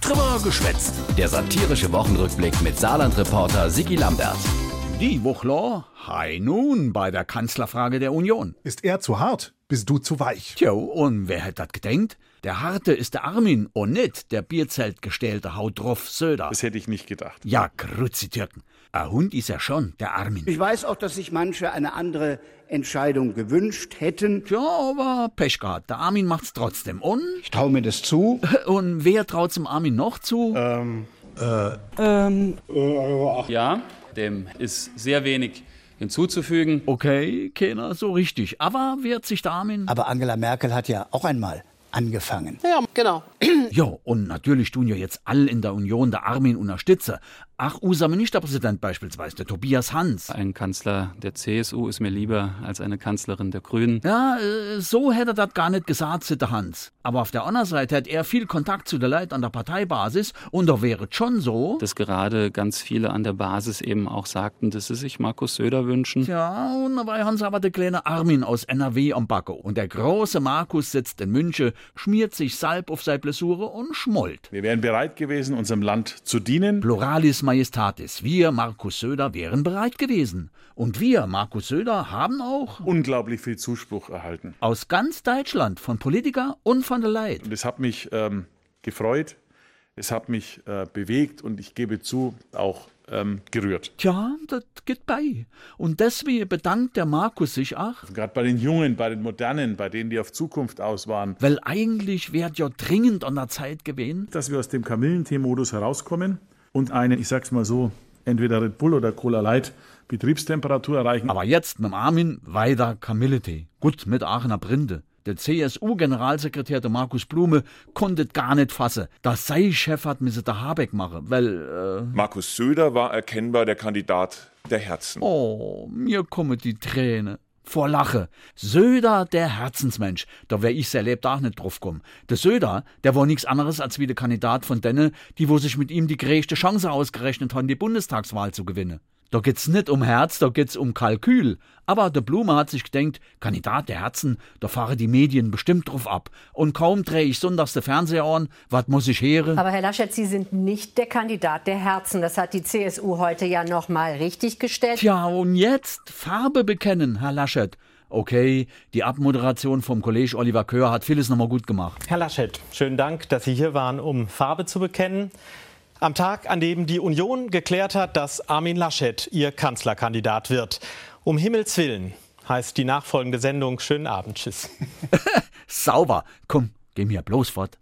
Trimmer geschwätzt. Der satirische Wochenrückblick mit Saarland-Reporter Sigi Lambert. Die Wuchler, hi nun bei der Kanzlerfrage der Union. Ist er zu hart, bist du zu weich. Tja, und wer hätt dat gedenkt? Der Harte ist der Armin und nicht der Bierzeltgestellte Haut drauf Söder. Das hätte ich nicht gedacht. Ja, grüezi Türken. Ein Hund ist er schon, der Armin. Ich weiß auch, dass sich manche eine andere Entscheidung gewünscht hätten. Tja, aber Pech gehabt. Der Armin macht's trotzdem. Und? Ich traue mir das zu. Und wer traut's dem Armin noch zu? Ja, dem ist sehr wenig hinzuzufügen. Okay, keiner so richtig. Aber wehrt sich der Armin? Aber Angela Merkel hat ja auch einmal angefangen. Ja, genau. Ja, und natürlich tun ja jetzt all in der Union der Armin unterstütze. Ach, unser Ministerpräsident beispielsweise, der Tobias Hans. Ein Kanzler der CSU ist mir lieber als eine Kanzlerin der Grünen. Ja, äh, so hätte er das gar nicht gesagt, sagt der Hans. Aber auf der anderen Seite hat er viel Kontakt zu der Leuten an der Parteibasis und da wäre es schon so. Dass gerade ganz viele an der Basis eben auch sagten, dass sie sich Markus Söder wünschen. Ja, und dabei haben sie aber der kleine Armin aus NRW am Backe. Und der große Markus sitzt in München, schmiert sich Salb auf seine Blessure und schmollt. Wir wären bereit gewesen, unserem Land zu dienen. Pluralis Majestatis. Wir, Markus Söder, wären bereit gewesen. Und wir, Markus Söder, haben auch Unglaublich viel Zuspruch erhalten. aus ganz Deutschland von Politiker und von der Leid. Und es hat mich ähm, gefreut, es hat mich äh, bewegt und ich gebe zu, auch ähm, gerührt. Tja, das geht bei. Und deswegen bedankt der Markus sich auch, Gerade bei den Jungen, bei den Modernen, bei denen, die auf Zukunft aus waren. weil eigentlich wäre ja dringend an der Zeit gewesen. Dass wir aus dem Kamillentee-Modus herauskommen und eine, ich sag's mal so, entweder Red Bull oder Cola Light Betriebstemperatur erreichen. Aber jetzt mit dem Armin weiter Kamillete. Gut, mit Aachener Brinde. Der CSU-Generalsekretär der Markus Blume konnte gar nicht fassen, dass sein Chef hat müsse der Habeck machen, weil, äh, Markus Söder war erkennbar der Kandidat der Herzen. oh, mir kommen die Träne. Vor Lache. Söder, der Herzensmensch. Da wär ich sehr lebt auch nicht drauf kommen. Der Söder, der war nichts anderes als wie der Kandidat von denen, die wo sich mit ihm die gerechte Chance ausgerechnet haben, die Bundestagswahl zu gewinnen. Da geht's nicht um Herz, da geht's um Kalkül. Aber der Blume hat sich gedenkt, Kandidat der Herzen, da fahren die Medien bestimmt drauf ab. Und kaum dreh ich sonntags den Fernseher an, wat muss ich hören? Aber Herr Laschet, Sie sind nicht der Kandidat der Herzen. Das hat die CSU heute ja noch mal richtig gestellt. Tja, und jetzt Farbe bekennen, Herr Laschet. Okay, die Abmoderation vom Kollege Oliver Köhr hat vieles nochmal gut gemacht. Herr Laschet, schönen Dank, dass Sie hier waren, um Farbe zu bekennen. Am Tag, an dem die Union geklärt hat, dass Armin Laschet ihr Kanzlerkandidat wird. Um Himmels Willen heißt die nachfolgende Sendung. Schönen Abend, tschüss. Sauber. Komm, geh mir bloß fort.